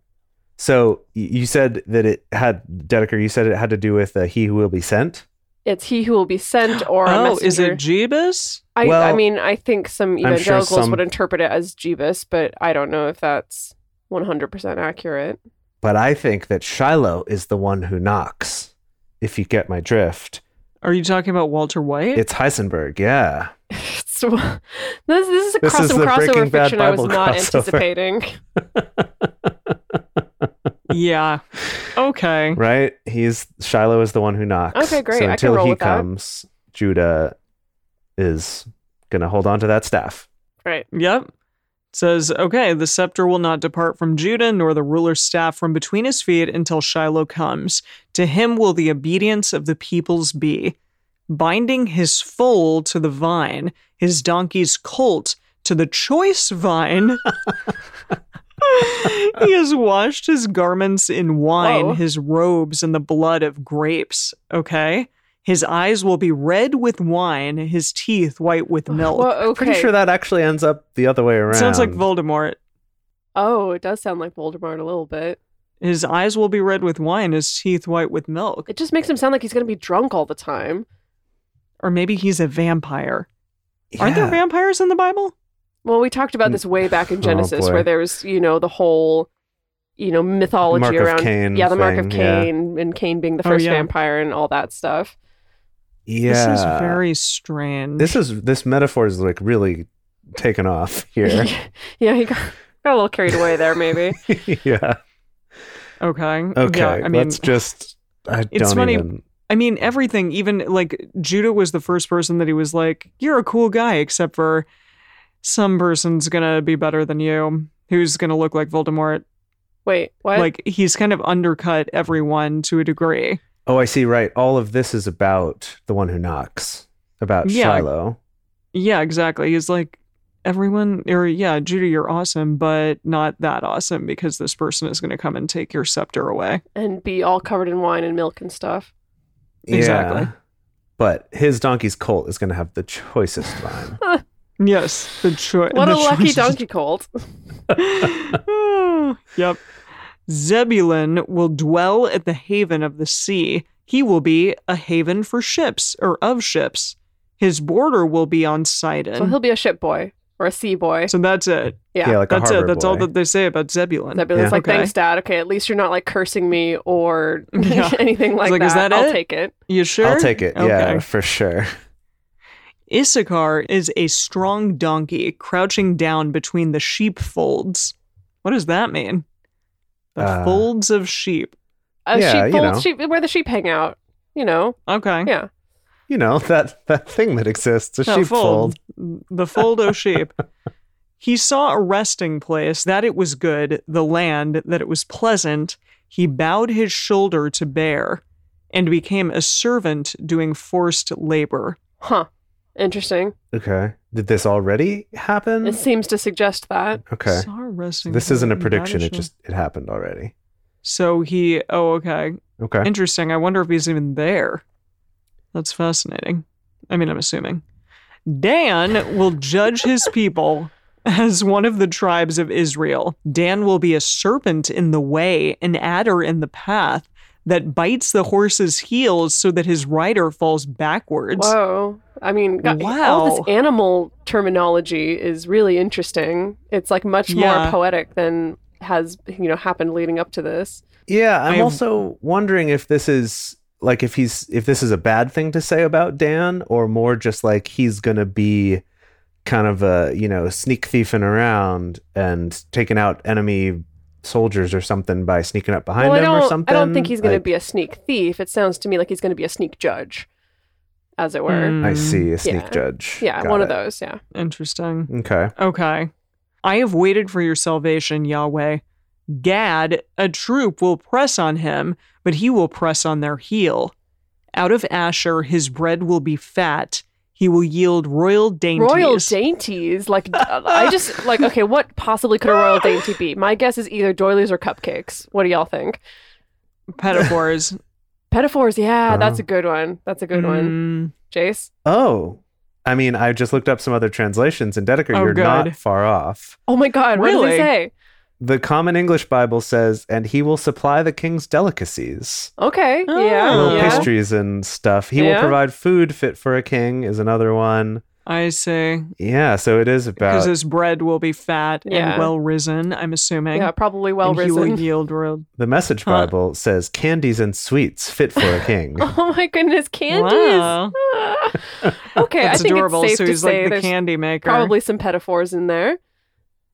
So y- you said that it had Dedeker. You said it had to do with uh, he who will be sent. It's he who will be sent or a Oh, messenger. is it Jeebus? I, I Well, mean, I think some sure evangelicals some- would interpret it as Jeebus, but I don't know if that's 100% accurate. But I think that Shiloh is the one who knocks. If you get my drift, Are you talking about Walter White? it's Heisenberg. Yeah. so, this, this is a This cross is some the crossover Breaking Bad fiction I was Bible not crossover. anticipating. yeah. Okay. right? He's Shiloh is the one who knocks. Okay, great. I So can until roll he with that. comes, Judah is gonna hold on to that staff. Right. Yep. It says, okay, the scepter will not depart from Judah, nor the ruler's staff from between his feet until Shiloh comes. To him will the obedience of the peoples be, binding his foal to the vine, his donkey's colt to the choice vine. he has washed his garments in wine, Whoa. his robes in the blood of grapes. Okay. His eyes will be red with wine, his teeth white with milk. Well, okay. Pretty sure that actually ends up the other way around. It Sounds like Voldemort. oh, it does sound like Voldemort a little bit. His eyes will be red with wine, his teeth white with milk. It just makes him sound like he's going to be drunk all the time. Or maybe he's a vampire. Aren't there Yeah. vampires in the Bible? Well, we talked about this way back in Oh, Genesis, boy. where there was, you know, the whole, you know, mythology Mark of around Cain yeah, the mark of thing, yeah. Cain and Cain being the Oh, first yeah. vampire and all that stuff. Yeah. This is very strange. this is this metaphor is like really taken off here. yeah, he got, got a little carried away there, maybe. yeah. okay. Okay. Yeah, I mean, let's just I It's don't funny- even I mean, everything. Even like Judah was the first person that he was like, "You're a cool guy," except for some person's gonna be better than you, who's gonna look like Voldemort. Wait, what? Like he's kind of undercut everyone to a degree. Oh, I see, right. All of this is about the one who knocks. About Yeah. Shiloh. Yeah, exactly. He's like, everyone, or yeah, Judah, you're awesome, but not that awesome because this person is going to come and take your scepter away. and be all covered in wine and milk and stuff. Exactly. Yeah. But his donkey's colt is gonna have the choicest vine. Yes, the choice. What a lucky donkey colt. donkey. yep. Zebulun will dwell at the haven of the sea. He will be a haven for ships or of ships. His border will be on Sidon. So he'll be a ship boy or a sea boy. So that's it. Yeah, like that's a harbor it. That's boy. all that they say about Zebulun. That'd be it's Yeah. like, Okay. thanks, Dad. Okay, at least you're not like cursing me or Yeah. anything like, like, that. is that I'll it? take it. you sure? I'll take it. Okay. Yeah, for sure. Issachar is a strong donkey crouching down between the sheep folds. What does that mean? The Uh, folds of sheep. A Yeah, sheep you fold, know. sheep, where the sheep hang out. You know, Okay. yeah. You know that that thing that exists, a Yeah, sheepfold. The fold of sheep. He saw a resting place, that it was good, the land, that it was pleasant. He bowed his shoulder to bear and became a servant doing forced labor. Huh. Interesting. Okay. Did this already happen? It seems to suggest that. okay. Saw a resting This place isn't a and bowed prediction. his It shoul- just it happened already. So he. Oh, okay. Okay. Interesting. I wonder if he's even there. That's fascinating. I mean, I'm assuming. Dan will judge his people as one of the tribes of Israel. Dan will be a serpent in the way, an adder in the path that bites the horse's heels so that his rider falls backwards. Whoa. I mean, God, all Wow. this animal terminology is really interesting. It's like much Yeah. more poetic than has, you know, happened leading up to this. Yeah, I'm I've- also wondering if this is like if he's if this is a bad thing to say about Dan or more just like he's going to be kind of a, you know, sneak thiefing around and taking out enemy soldiers or something by sneaking up behind well, I them or don't, I something. don't think he's going Like, to be a sneak thief. It sounds to me like he's going to be a sneak judge, as it were. Hmm, I see a sneak Mm-hmm. Yeah. judge. Yeah, Got one of it. those. Yeah. Interesting. Okay. Okay. I have waited for your salvation, Yahweh. Gad, a troop will press on him, but he will press on their heel. Out of Asher, his bread will be fat. He will yield royal dainties. Royal dainties, like uh, I just like okay, what possibly could a royal dainty be? My guess is either doilies or cupcakes. What do y'all think? Pedophores. Pedophores, yeah, Oh. that's a good one. That's a good Mm, one. Jace. Oh, I mean, I just looked up some other translations, and Dedeker, Oh, you're not good. far off. Oh my god, what did Really? he say? The Common English Bible says, "And he will supply the king's delicacies, Okay. Oh. yeah. little yeah. pastries and stuff. He will Yeah. provide food fit for a king." Is another one. I say, Yeah, so it is because about his bread will be fat Yeah. and well risen, I'm assuming. Yeah, probably well and He will risen. yield royal. the Message Huh. Bible says candies and sweets fit for a king. Oh my goodness, candies. Wow. okay, That's I think adorable. it's safe so to he's say like the there's candy maker. probably some pedophores in there.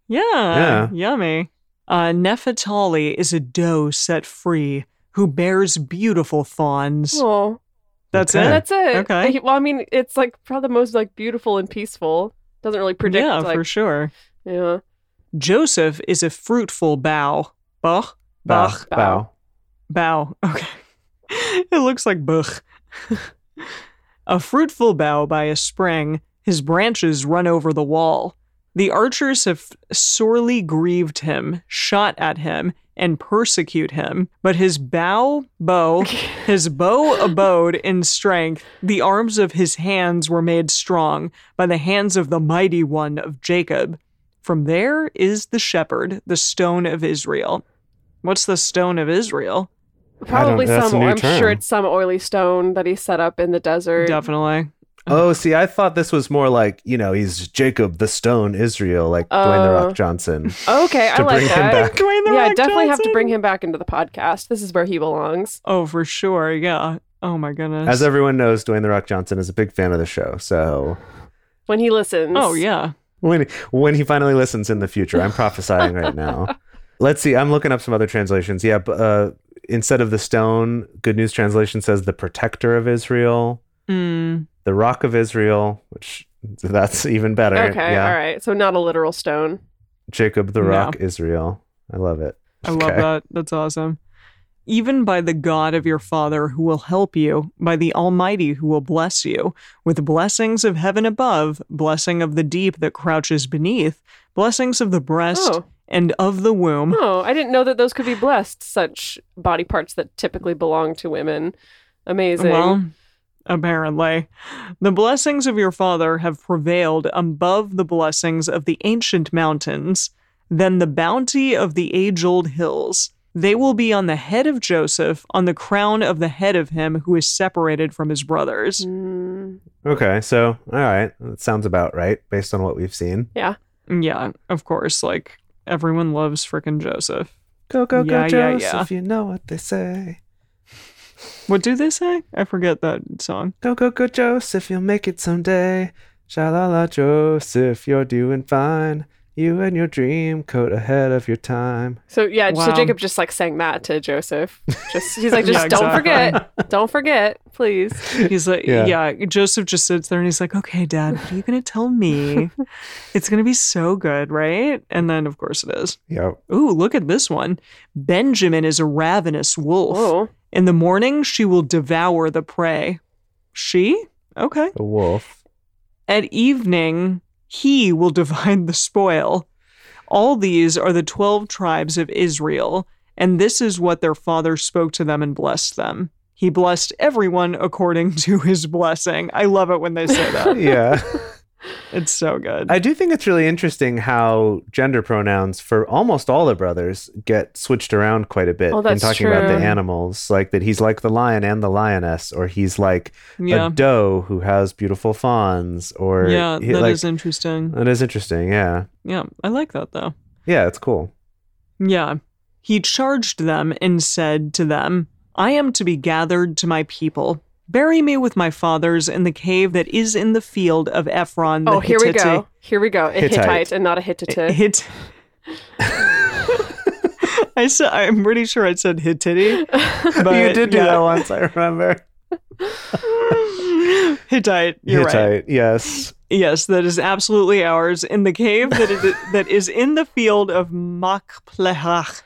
Yeah, Yeah. Yummy. Uh, Nefertali is a doe set free who bears beautiful fawns. Oh, That's Okay. it. that's it. Okay. Like, Well, I mean, it's like probably the most like beautiful and peaceful. Doesn't really predict. yeah, like, for sure. Yeah. Joseph is a fruitful bough. Bah, Bow, bah, bow. bough. Okay. it looks like buch. a fruitful bough by a spring. His branches run over the wall. The archers have sorely grieved him, shot at him, and persecute him. But his bow, bow, His bow abode in strength. The arms of his hands were made strong by the hands of the mighty one of Jacob. From there is the shepherd, the stone of Israel. What's the stone of Israel? Probably that's a some. new I'm term. sure it's some oily stone that he set up in the desert. Definitely. Oh, see, I thought this was more like you know he's Jacob the Stone Israel, like Dwayne the Oh. Rock Johnson. Okay, I To like bring him that. back. Dwayne the yeah, Rock definitely have to Johnson. bring him back into the podcast. This is where he belongs. Oh, for sure. Yeah. Oh my goodness. As everyone knows, Dwayne the Rock Johnson is a big fan of the show. So When he listens. oh yeah. when when he finally listens in the future, I'm prophesying right now. Let's see. I'm looking up some other translations. Yeah, but, uh, instead of the stone, Good News Translation says the protector of Israel, Mm, the rock of Israel, which that's even better. Okay, yeah. all right. So not a literal stone. Jacob the No. Rock Israel. I love it. I love Okay. that. That's awesome. Even by the God of your father who will help you, by the Almighty who will bless you, with blessings of heaven above, blessing of the deep that crouches beneath, blessings of the breast Oh. and of the womb. Oh, I didn't know that those could be blessed, such body parts that typically belong to women. Amazing. Well, apparently, the blessings of your father have prevailed above the blessings of the ancient mountains, than the bounty of the age old hills. They will be on the head of Joseph, on the crown of the head of him who is separated from his brothers. Mm, Okay, so all right, that sounds about right based on what we've seen. Yeah, of course, like everyone loves frickin' Joseph. Go go go, Yeah, yeah, Joseph! yeah. You know what they say. What do they say? I forget that song. Go, go, go, Joseph, you'll make it someday. Shalala, Joseph, you're doing fine. You and your dream coat ahead of your time. so yeah, so Wow. Jacob just like sang that to Joseph. Just he's like, Yeah, just don't exactly. forget, don't forget, please. He's like, Yeah. yeah. Joseph just sits there and he's like, okay, dad, what are you going to tell me? it's going to be so good, right? And then, of course, it is. Yep. Ooh, look at this one. Benjamin is a ravenous wolf. Oh, In the morning, she will devour the prey. She? Okay. A wolf. At evening, he will divide the spoil. All these are the 12 tribes of Israel, and this is what their father spoke to them and blessed them. He blessed everyone according to his blessing. I love it when they say that. Yeah. it's so good. I do think it's really interesting how gender pronouns for almost all the brothers get switched around quite a bit Oh, when that's talking about the true. animals. Like that he's like the lion and the lioness, or he's like yeah. a doe who has beautiful fawns, or yeah, that he- is like, uh, interesting. that is interesting. Yeah. Yeah, I like that though. Yeah, it's cool. Yeah. He charged them and said to them, I am to be gathered to my people. Bury me with my fathers in the cave that is in the field of Ephron. The oh, here we Hittite- go. Here we go. A Hittite. Hittite, and not a Hittite. Hit. I said. I'm pretty sure I said Hittite. But you did do yeah. that once, I remember. Hittite. You're right. Hittite, yes. Yes, that is absolutely ours in the cave that is, that is in the field of Machplehach,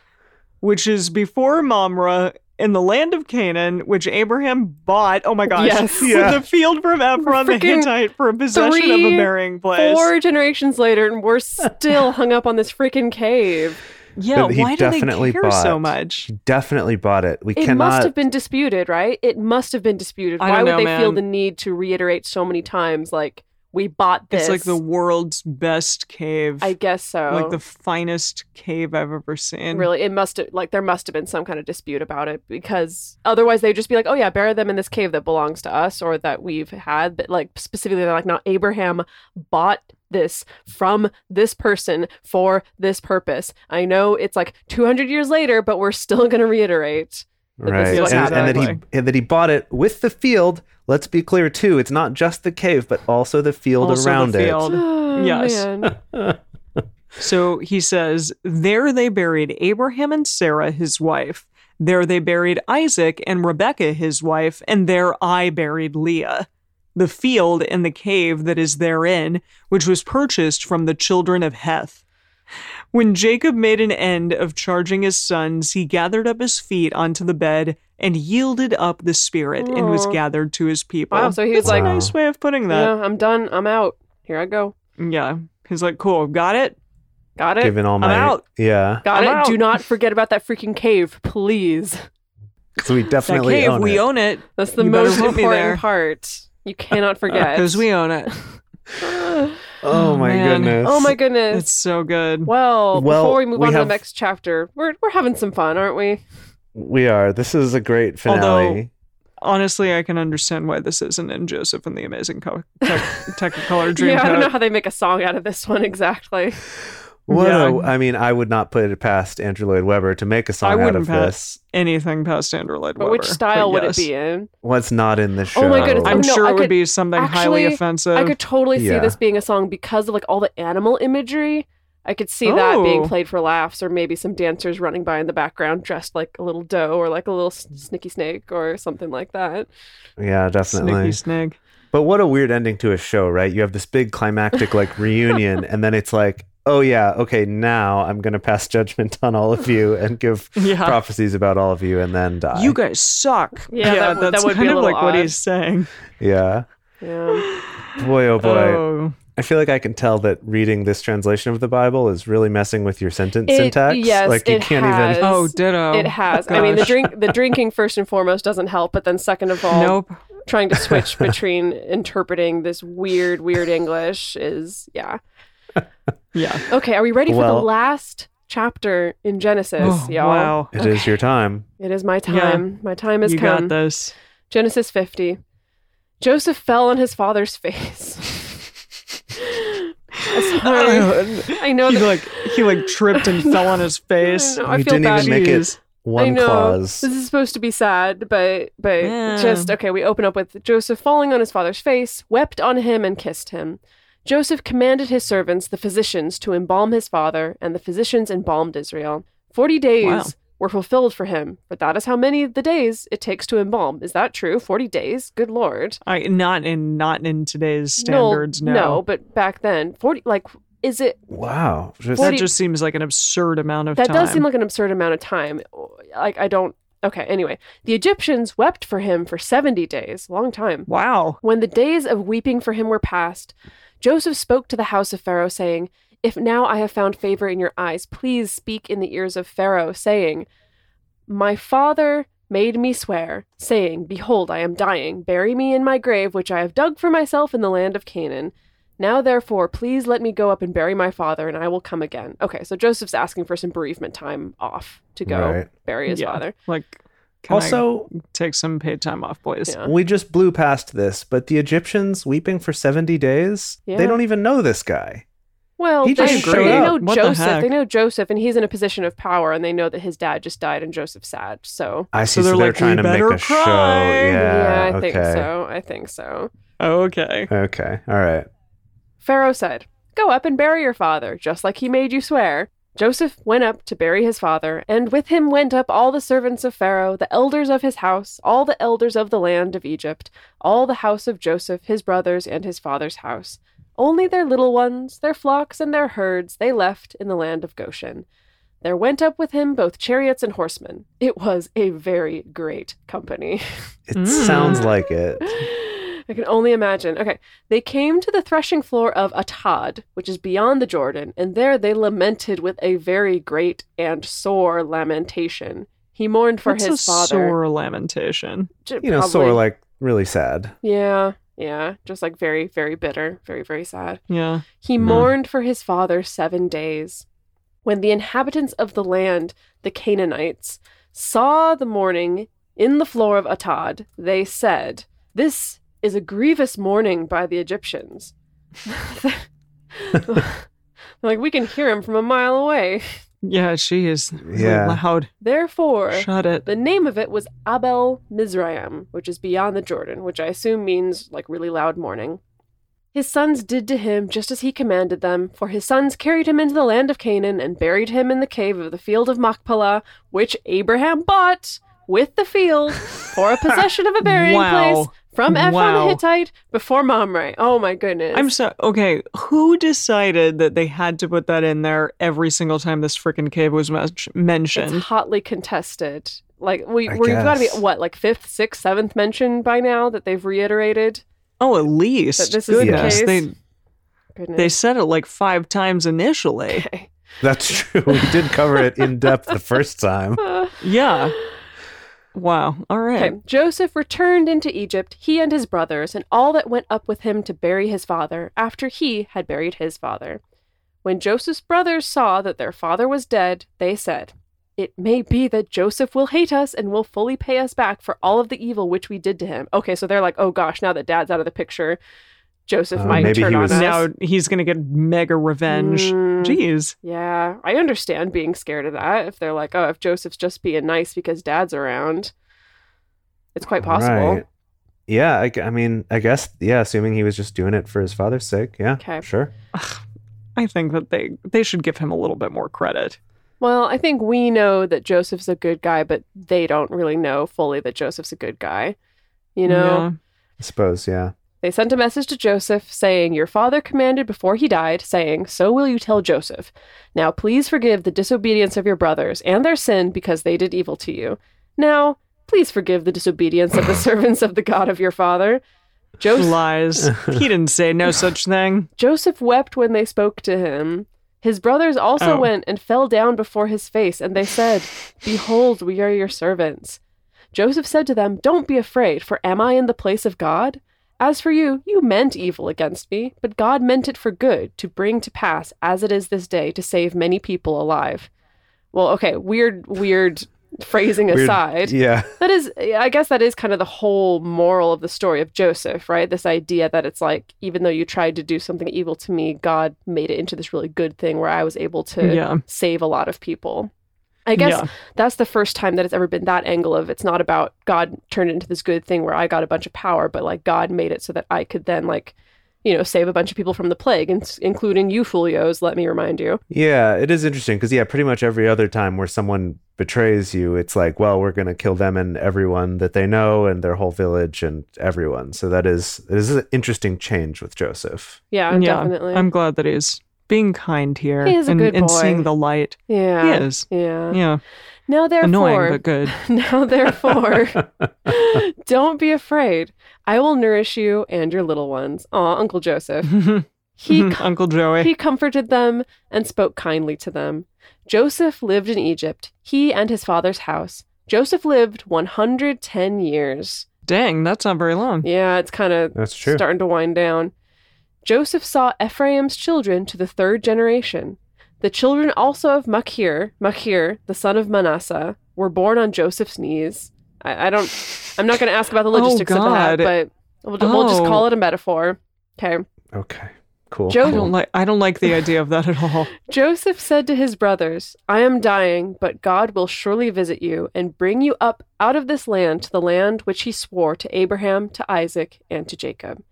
which is before Mamre in the land of Canaan, which Abraham bought. Oh my gosh. Yes. With Yeah. the field from Ephron the Freaking Hittite for possession of a three, burying place. Four generations later, and we're still hung up on this freaking cave. Yeah, But he why do they definitely care so bought. much? Definitely bought it. We It cannot. must have been disputed, right? It must have been disputed. I Why don't would know, they feel man. the need to reiterate so many times, like, we bought this? It's like the world's best cave. I guess so. Like the finest cave I've ever seen. really it must have like there must have been some kind of dispute about it because otherwise they'd just be like oh yeah bury them in this cave that belongs to us or that we've had but like specifically they're like no abraham bought this from this person for this purpose i know it's like 200 years later but we're still going to reiterate that this Right. is And, what and that he happened. and that he bought it with the field. Let's be clear too. It's not just the cave, but also the field Also the around field. Yes. man. it. So he says, There they buried Abraham and Sarah, his wife. There they buried Isaac and Rebekah, his wife. And there I buried Leah. The field and the cave that is therein, which was purchased from the children of Heth. When Jacob made an end of charging his sons, he gathered up his feet onto the bed and yielded up the spirit and was Aw. gathered to his people. wow so he was That's like a Wow. nice way of putting that. yeah i'm done i'm out here i go Yeah. He's like, cool, got it? got it Given all my out. yeah, got I'm it out. do not forget about that freaking cave please so we That definitely cave, own we it. own it. That's the You better most put me there. important part. You cannot forget. Because we own it. oh oh my man. goodness. my goodness. It's so good. well, Well, before we move we on to have- the next chapter, we're we're having some fun, aren't we? We are. This is a great Although- finale. Honestly, I can understand why this isn't in Joseph and the Amazing Co- Tec- Technicolor yeah, I don't know Dreamcoat. how they make a song out of this one exactly. what yeah. a- I mean, I would not put it past Andrew Lloyd Webber to make a song out wouldn't of pass- this. Anything past Andrew Lloyd But Webber. which style would it yes. be in? What's not in the show? Oh my goodness, I'm Oh, no, sure I it would could- be something highly actually, offensive. I could totally see yeah. this being a song because of like all the animal imagery. I could see that Oh. being played for laughs, or maybe some dancers running by in the background dressed like a little doe or like a little s- snicky snake or something like that. Yeah, Snicky definitely. Snig. But what a weird ending to a show, right? You have this big climactic like reunion, and then it's like, oh yeah, okay, now I'm gonna pass judgment on all of you and give Yeah. prophecies about all of you, and then die. You guys suck. Yeah, that would- that that's would be kind a of little like what odd. he's saying. yeah. Yeah. Boy, oh boy. Oh, I feel like I can tell that reading this translation of the Bible is really messing with your sentence It- syntax. yes, like you it can't has. even. oh ditto. It has. I mean, the Gosh. drink, the drinking first and foremost doesn't help, but then second of all, Nope. trying to switch between interpreting this weird, weird English is yeah. Yeah. Okay, are we ready for Well- the last chapter in Genesis, Oh, y'all? wow. It is your time. It is my Yeah. time. My time has You come. got this. Genesis 50. Joseph fell on his father's face. Sorry. I know He that like he like tripped and fell on his face. I know, I You feel didn't bad. even make Jeez. it one clause. This is supposed to be sad, but but Yeah. just okay, we open up with Joseph falling on his father's face, wept on him and kissed him. Joseph commanded his servants, the physicians, to embalm his father, and the physicians embalmed Israel. Forty days Wow. were fulfilled for him, but that is how many of the days it takes to embalm. Is that true? Forty days? Good lord. I not in not in today's standards. no, no, but back then, forty like is it Wow. Just- That 40 just seems like an absurd amount of that time. does seem like an absurd amount of time like i don't okay anyway the egyptians wept for him for 70 days long time wow. when the days of weeping for him were past joseph spoke to the house of pharaoh saying if now i have found favor in your eyes please speak in the ears of pharaoh saying my father made me swear saying behold i am dying bury me in my grave which i have dug for myself in the land of canaan now, therefore, please let me go up and bury my father, and I will come again. Okay, so Joseph's asking for some bereavement time off to go Right. bury his Yeah. father. Like can also also, take some paid time off, boys. Yeah. we just blew past this, but the Egyptians weeping for 70 days, Yeah. they don't even know this guy. Well, He they, just they showed up. know What the Joseph. heck? they know Joseph, and he's in a position of power, and they know that his dad just died, and Joseph's sad. So, I So see. So they're they're, like, trying "We to make better a cry." show. Yeah, yeah, I okay. think so. I think so. Okay. Okay. All right. Pharaoh said, Go up and bury your father, just like he made you swear. Joseph went up to bury his father, and with him went up all the servants of Pharaoh, the elders of his house, all the elders of the land of Egypt, all the house of Joseph, his brothers, and his father's house. Only their little ones, their flocks, and their herds they left in the land of Goshen. There went up with him both chariots and horsemen. It was a very great company. It Mm. sounds like it. I can only imagine. Okay. They came to the threshing floor of Atad, which is beyond the Jordan, and there they lamented with a very great and sore lamentation. He mourned for What's his a father. sore lamentation. J- You know, probably- sore like really sad. Yeah, yeah. Just like very, very bitter, very, very sad. Yeah. He Mm. mourned for his father seven days. When the inhabitants of the land, the Canaanites, saw the mourning in the floor of Atad, they said, This is a grievous mourning by the Egyptians. They're like, we can hear him from a mile away. Yeah, she is Yeah. loud. Therefore, Shut it. the name of it was Abel Mizraim, which is beyond the Jordan, which I assume means like really loud mourning. His sons did to him just as he commanded them, for his sons carried him into the land of Canaan and buried him in the cave of the field of Machpelah, which Abraham bought with the field for a possession of a burying Wow. place from Ephron Wow. the Hittite before Mamre. Oh my goodness. I'm so okay. Who decided that they had to put that in there every single time this freaking cave was mes- mentioned? It's hotly contested. Like we, I we've got to be guess. what, like fifth, sixth, seventh mention by now that they've reiterated. Oh, at least That this is the goodness, case? they Goodness. they said it like five times initially. Okay. That's true. We did cover it in depth the first time. Uh, Yeah. Wow. All right. okay. Joseph returned into Egypt, he and his brothers, and all that went up with him to bury his father, after he had buried his father. When Joseph's brothers saw that their father was dead, they said, It may be that Joseph will hate us and will fully pay us back for all of the evil which we did to him. Okay, so they're like, Oh gosh, now that dad's out of the picture, Joseph Uh, might maybe turn he on was- us. Now he's gonna get mega revenge. Mm. Jeez. Yeah, I understand being scared of that. If they're like, oh, if Joseph's just being nice because dad's around, it's quite possible. Right. Yeah, I, g- I mean, I guess, yeah, assuming he was just doing it for his father's sake. Yeah, Okay. sure. Ugh, I think that they they should give him a little bit more credit. Well, I think we know that Joseph's a good guy, but they don't really know fully that Joseph's a good guy. You know, I suppose, yeah. They sent a message to Joseph saying, Your father commanded before he died, saying, So will you tell Joseph. Now please forgive the disobedience of your brothers and their sin because they did evil to you. Now please forgive the disobedience of the servants of the God of your father. Yeah. Joseph, lies. he didn't say no such thing. Joseph wept when they spoke to him. His brothers also Oh. went and fell down before his face, and they said, Behold, we are your servants. Joseph said to them, Don't be afraid, for am I in the place of God? As for you, you meant evil against me, but God meant it for good, to bring to pass, as it is this day, to save many people alive. Well, okay, weird, weird phrasing Weird- aside. Yeah. That is, I guess that is kind of the whole moral of the story of Joseph, right? This idea that it's like, even though you tried to do something evil to me, God made it into this really good thing where I was able to Yeah. save a lot of people. I guess Yeah. that's the first time that it's ever been that angle of it's not about God turned it into this good thing where I got a bunch of power, but like God made it so that I could then like, you know, save a bunch of people from the plague, in- including you, Fulios, let me remind you. Yeah, it is interesting because, yeah, pretty much every other time where someone betrays you, it's like, well, we're going to kill them and everyone that they know and their whole village and everyone. So that is, it is an interesting change with Joseph. Yeah, yeah. definitely. I'm glad that he's being kind here. He is a and, good and boy. seeing the light. yeah. He is. Yeah. Yeah. Now, therefore, Annoying but good. Now, therefore, don't be afraid. I will nourish you and your little ones. Aw, Uncle Joseph. He, com- Uncle Joey. he comforted them and spoke kindly to them. Joseph lived in Egypt, he and his father's house. Joseph lived 110 years. Dang, that's not very long. Yeah, it's kind of That's true. starting to wind down. Joseph saw Ephraim's children to the third generation. The children also of Machir, Machir, the son of Manasseh, were born on Joseph's knees. I, I don't, I'm not going to ask about the logistics of God. that, but we'll, ju- we'll just Oh. call it a metaphor. Okay. Okay. Cool. Joe- I don't like I don't like the idea of that at all. Joseph said to his brothers, I am dying, but God will surely visit you and bring you up out of this land to the land which he swore to Abraham, to Isaac, and to Jacob.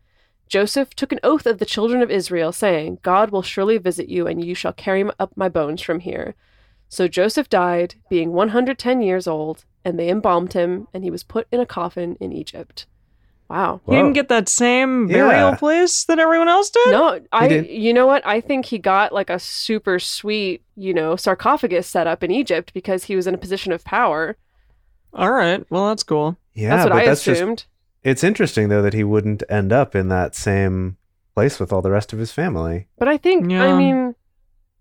Joseph took an oath of the children of Israel, saying, God will surely visit you, and you shall carry up my bones from here. So Joseph died, being 110 years old, and they embalmed him, and he was put in a coffin in Egypt. Wow. He Whoa. didn't get that same Yeah. burial place that everyone else did? No, I. did. You know what? I think he got like a super sweet, you know, sarcophagus set up in Egypt because he was in a position of power. All right. Well, that's cool. Yeah, that's what but I that's just assumed. it's interesting though that he wouldn't end up in that same place with all the rest of his family. But I think, I Yeah. mean,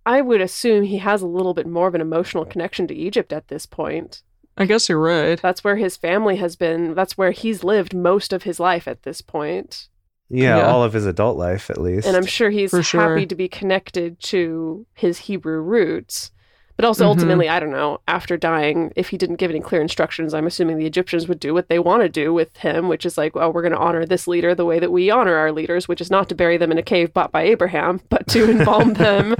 I would assume he has a little bit more of an emotional connection to Egypt at this point. I guess you're right. That's where his family has been. That's where he's lived most of his life at this point. Yeah, Yeah. all of his adult life at least. And I'm sure he's For sure. happy to be connected to his Hebrew roots. But also, Mhm. ultimately, I don't know, after dying, if he didn't give any clear instructions, I'm assuming the Egyptians would do what they want to do with him, which is like, well, we're going to honor this leader the way that we honor our leaders, which is not to bury them in a cave bought by Abraham, but to embalm them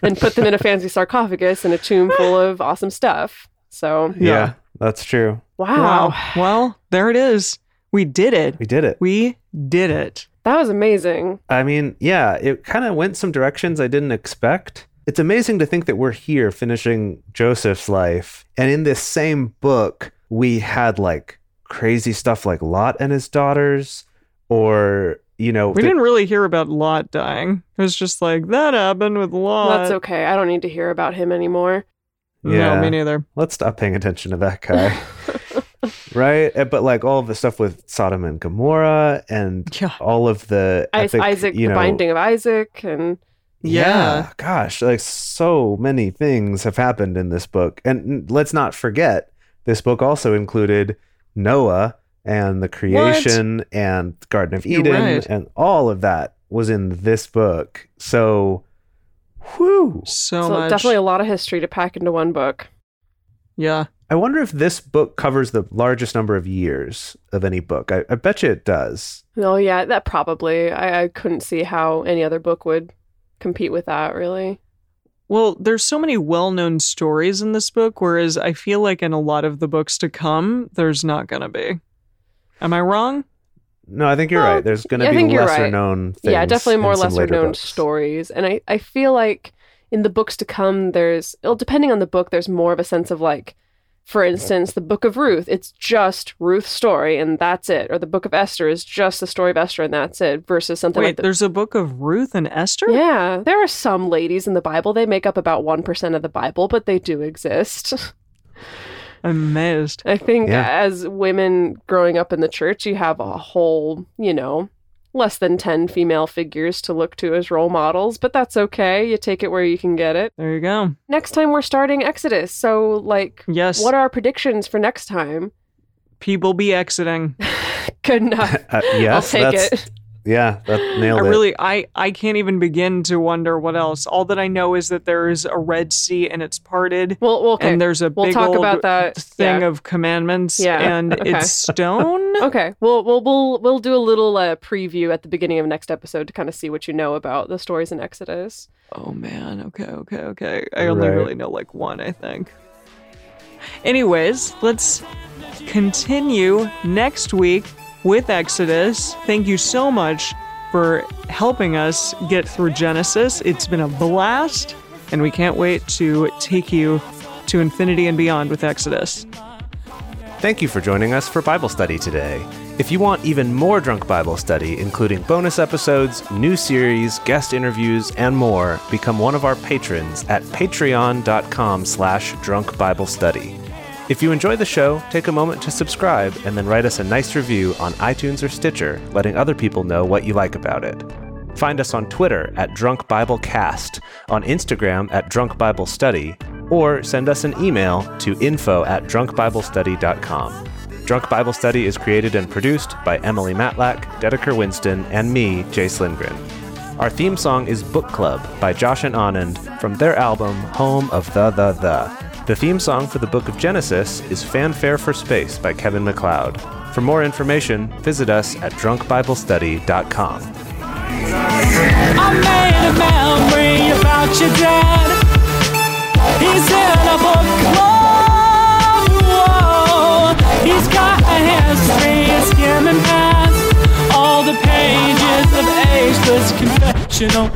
and put them in a fancy sarcophagus and a tomb full of awesome stuff. So, yeah, that's true. wow. Well, there it is. We did it. We did it. We did it. That was amazing. I mean, yeah, it kind of went some directions I didn't expect. It's amazing to think that we're here finishing Joseph's life. And in this same book, we had like crazy stuff like Lot and his daughters, or, you know, We the- didn't really hear about Lot dying. It was just like that happened with Lot. That's okay. I don't need to hear about him anymore. Yeah. No, me neither. let's stop paying attention to that guy. right? Uh, But like all of the stuff with Sodom and Gomorrah and Yeah. all of the I- epic, Isaac, you the know, binding of Isaac, and Yeah. Gosh, like so many things have happened in this book. And n- let's not forget, this book also included Noah and the creation and the Garden of You're Eden right. and all of that was in this book. So whew. So, so much. definitely a lot of history to pack into one book. yeah. I wonder if this book covers the largest number of years of any book. I, I bet you it does. Oh yeah, that probably. I, I couldn't see how any other book would compete with that. Really, Well, there's so many well-known stories in this book, whereas I feel like in a lot of the books to come, there's not gonna be. Am I wrong? No, I think you're Well, right. There's going to yeah, I be think you're lesser right. known things. yeah, definitely in more some lesser later known books. stories. And I I feel like in the books to come, there's well, depending on the book, there's more of a sense of like. For instance, the Book of Ruth, it's just Ruth's story and that's it. Or the Book of Esther is just the story of Esther and that's it. Versus something Wait, like the there's a book of Ruth and Esther? Yeah, there are some ladies in the Bible. They make up about 1% of the Bible, but they do exist. Amazed. I think Yeah. as women growing up in the church, you have a whole, you know, less than 10 female figures to look to as role models, but that's okay. You take it where you can get it. There you go. Next time we're starting Exodus. So, like, Yes. what are our predictions for next time? people be exiting? Good enough. Uh, yes, I'll take that's, it. Yeah, that nailed I it. really I I can't even begin to wonder what else. All that I know is that there is a Red Sea and it's parted Well, well, okay. and there's a we'll big talk old about that thing yeah. of commandments Yeah, and okay. it's stone. Okay, we'll we'll we'll we'll do a little uh, preview at the beginning of next episode to kind of see what you know about the stories in Exodus. Oh man, okay, okay, okay. I only Right. really know like one, I think. Anyways, let's continue next week with Exodus. Thank you so much for helping us get through Genesis. It's been a blast, and we can't wait to take you to infinity and beyond with Exodus. Thank you for joining us for Bible study today. If you want even more drunk Bible study, including bonus episodes, new series, guest interviews, and more, become one of our patrons at patreon.com slash drunk Bible study. If you enjoy the show, take a moment to subscribe and then write us a nice review on iTunes or Stitcher, letting other people know what you like about it. Find us on Twitter at Drunk Bible Cast, on Instagram at Drunk Bible Study, or send us an email to info at drunkbiblestudy.com. Drunk Bible Study is created and produced by Emily Matlack, Dedeker Winston, and me, Jace Lindgren. Our theme song is Book Club by Josh and Anand from their album Home of the The The. The theme song for the Book of Genesis is Fanfare for Space by Kevin McLeod. For more information, visit us at drunkbiblestudy.com. I made a memory about your dad. He's in a book club. Whoa. He's got a history of skimming past all the pages of ageless confessional